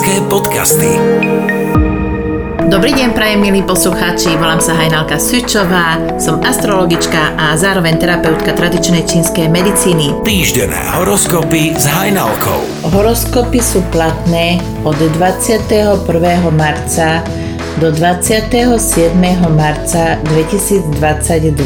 Podcasty. Dobrý deň, prajem milí poslucháči, volám sa Hajnalka Sučová, som astrologička a zároveň terapeutka tradičnej čínskej medicíny. Týždené horoskopy s Hajnalkou. Horoskopy sú platné od 21. marca do 27. marca 2022.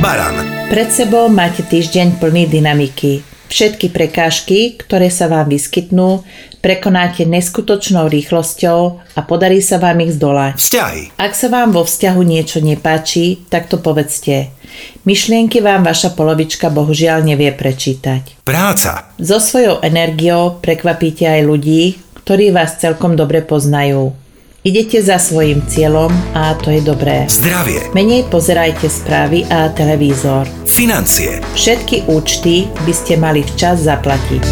Baran. Pred sebou máte týždeň plný dynamiky. Všetky prekážky, ktoré sa vám vyskytnú, prekonáte neskutočnou rýchlosťou a podarí sa vám ich zdolať. Vzťahy. Ak sa vám vo vzťahu niečo nepáči, tak to povedzte. Myšlienky vám vaša polovička bohužiaľ nevie prečítať. Práca. So svojou energiou prekvapíte aj ľudí, ktorí vás celkom dobre poznajú. Idete za svojim cieľom a to je dobré. Zdravie. Menej pozerajte správy a televízor. Financie. Všetky účty by ste mali včas zaplatiť.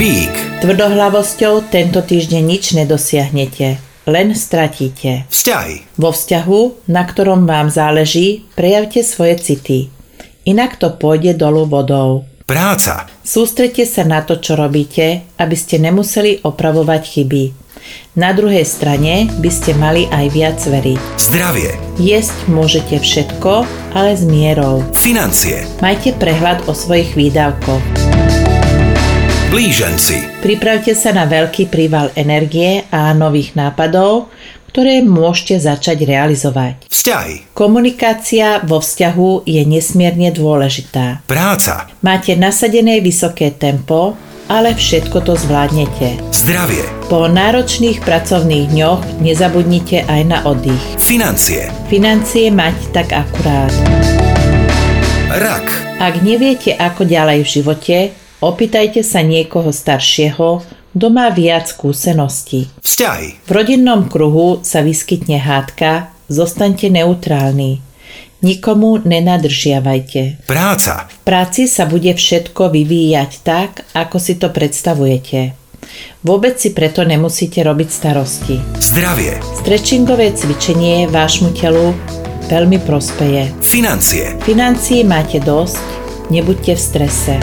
Bík. Tvrdohlavosťou tento týždeň nič nedosiahnete, len stratíte. Vzťahy. Vo vzťahu, na ktorom vám záleží, prejavte svoje city. Inak to pôjde dolu vodou. Práca. Sústrete sa na to, čo robíte, aby ste nemuseli opravovať chyby. Na druhej strane by ste mali aj viac veriť. Zdravie. Jesť môžete všetko, ale s mierou. Financie. Majte prehľad o svojich výdavkoch. Blíženci. Pripravte sa na veľký príval energie a nových nápadov, ktoré môžete začať realizovať. Vzťahy. Komunikácia vo vzťahu je nesmierne dôležitá. Práca. Máte nasadené vysoké tempo, ale všetko to zvládnete. Zdravie. Po náročných pracovných dňoch nezabudnite aj na oddych. Financie. Financie mať tak akurát. Rak. Ak neviete, ako ďalej v živote, opýtajte sa niekoho staršieho, kto má viac skúseností. Vzťahy. V rodinnom kruhu sa vyskytne hádka, zostaňte neutrálni. Nikomu nenadržiavajte. Práca. V práci sa bude všetko vyvíjať tak, ako si to predstavujete. Vôbec si preto nemusíte robiť starosti. Zdravie. Stretchingové cvičenie vášmu telu veľmi prospeje. Financie. Financií máte dosť, nebuďte v strese.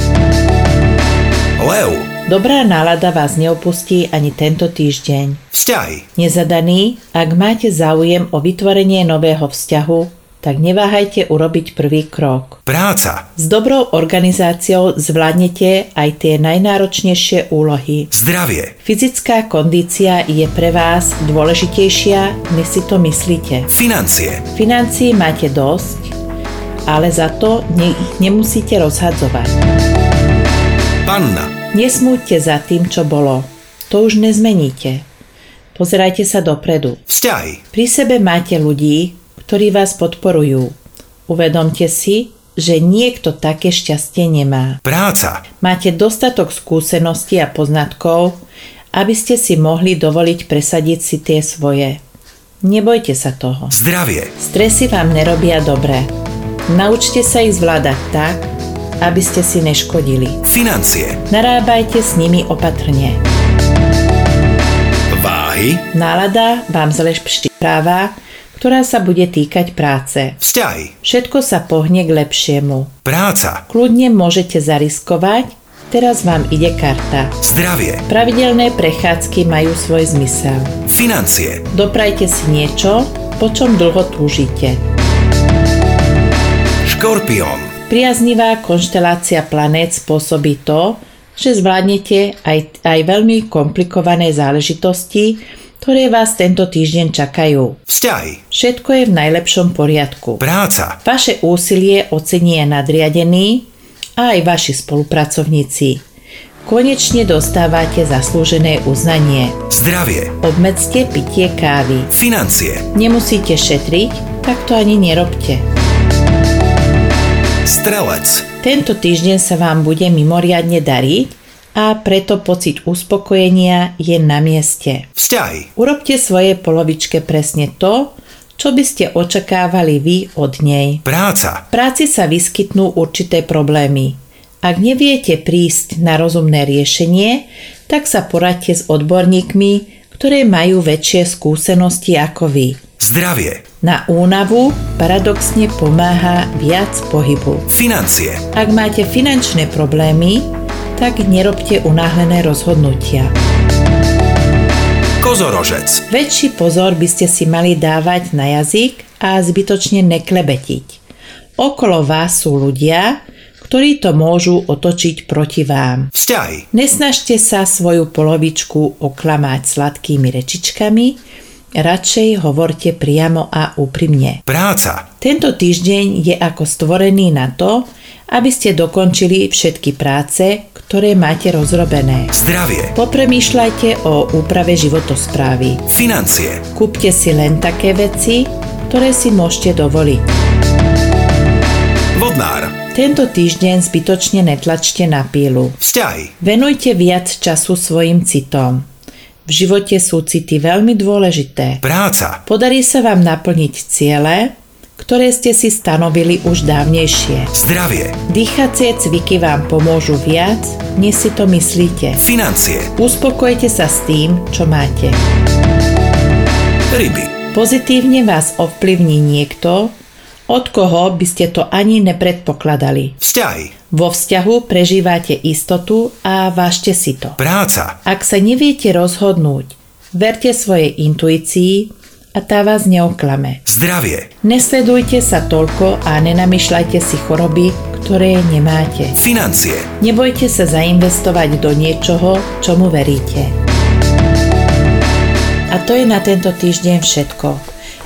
Lev. Dobrá nálada vás neopustí ani tento týždeň. Vzťahy. Nezadaný, ak máte záujem o vytvorenie nového vzťahu, tak neváhajte urobiť prvý krok. Práca. S dobrou organizáciou zvládnete aj tie najnáročnejšie úlohy. Zdravie. Fyzická kondícia je pre vás dôležitejšia, než si to myslíte. Financie. Financií máte dosť, ale za to ne- ich nemusíte rozhadzovať. Panna. Nesmúďte za tým, čo bolo. To už nezmeníte. Pozerajte sa dopredu. Vzťahy. Pri sebe máte ľudí, ktorí vás podporujú. Uvedomte si, že niekto také šťastie nemá. Práca. Máte dostatok skúseností a poznatkov, aby ste si mohli dovoliť presadiť si tie svoje. Nebojte sa toho. Zdravie. Stresy vám nerobia dobre. Naučte sa ich zvládať tak, aby ste si neškodili. Financie. Narábajte s nimi opatrne. Váhy. Nálada vám zlepší práva, ktorá sa bude týkať práce. Vzťahy. Všetko sa pohne k lepšiemu. Práca. Kľudne môžete zariskovať, teraz vám ide karta. Zdravie. Pravidelné prechádzky majú svoj zmysel. Financie. Doprajte si niečo, po čom dlho túžite. Škorpión. Priaznivá konštelácia planét spôsobí to, že zvládnete aj, aj veľmi komplikované záležitosti, ktoré vás tento týždeň čakajú. Vzťahy. Všetko je v najlepšom poriadku. Práca. Vaše úsilie ocenia nadriadení a aj vaši spolupracovníci. Konečne dostávate zaslúžené uznanie. Zdravie. Obmedzte pitie kávy. Financie. Nemusíte šetriť, tak to ani nerobte. Strelec. Tento týždeň sa vám bude mimoriadne dariť a preto pocit uspokojenia je na mieste. Vzťahy. Urobte svojej polovičke presne to, čo by ste očakávali vy od nej. Práca. V práci sa vyskytnú určité problémy. Ak neviete prísť na rozumné riešenie, tak sa poradte s odborníkmi, ktoré majú väčšie skúsenosti ako vy. Zdravie. Na únavu paradoxne pomáha viac pohybu. Financie. Ak máte finančné problémy, tak nerobte unáhlené rozhodnutia. kozorožec, Väčší pozor by ste si mali dávať na jazyk a zbytočne neklebetiť. Okolo vás sú ľudia, ktorí to môžu otočiť proti vám. vzťahy, Nesnažte sa svoju polovičku oklamať sladkými rečičkami, radšej hovorte priamo a úprimne. práca, Tento týždeň je ako stvorený na to, aby ste dokončili všetky práce, ktoré máte rozrobené. zdravie, Popremýšľajte o úprave životosprávy. financie, Kúpte si len také veci, ktoré si môžete dovoliť. vodnár, Tento týždeň zbytočne netlačte na pílu. vzťahy, Venujte viac času svojim citom. V živote sú city veľmi dôležité. práca, Podarí sa vám naplniť ciele, ktoré ste si stanovili už dávnejšie. zdravie, Dýchacie cviky vám pomôžu viac, než si to myslíte. financie, Uspokojte sa s tým, čo máte. ryby, Pozitívne vás ovplyvní niekto, od koho by ste to ani nepredpokladali. vzťahy, Vo vzťahu prežívate istotu a vážte si to. práca, Ak sa neviete rozhodnúť, verte svojej intuícii a tá vás neoklame. zdravie, Nesledujte sa toľko a nenamýšľajte si choroby, ktoré nemáte. financie, Nebojte sa zainvestovať do niečoho, čomu veríte. A to je na tento týždeň všetko.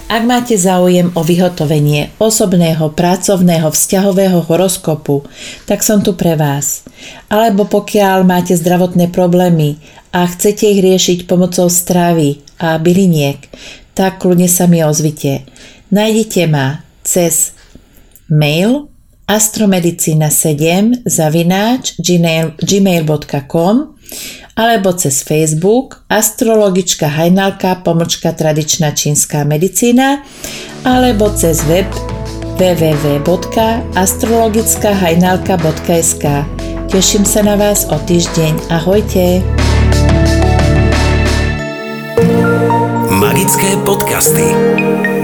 Ak máte záujem o vyhotovenie osobného, pracovného, vzťahového horoskopu, tak som tu pre vás. Alebo pokiaľ máte zdravotné problémy a chcete ich riešiť pomocou stravy a byliniek, tak kľudne sa mi ozvite. Nájdete ma cez mail astromedicina7 zavináč gmail- gmail.com alebo cez Facebook astrologička Hajnalka pomočka tradičná čínska medicína alebo cez web www.astrologickahajnalka.sk Teším sa na vás o týždeň. Ahojte! magické podcasty.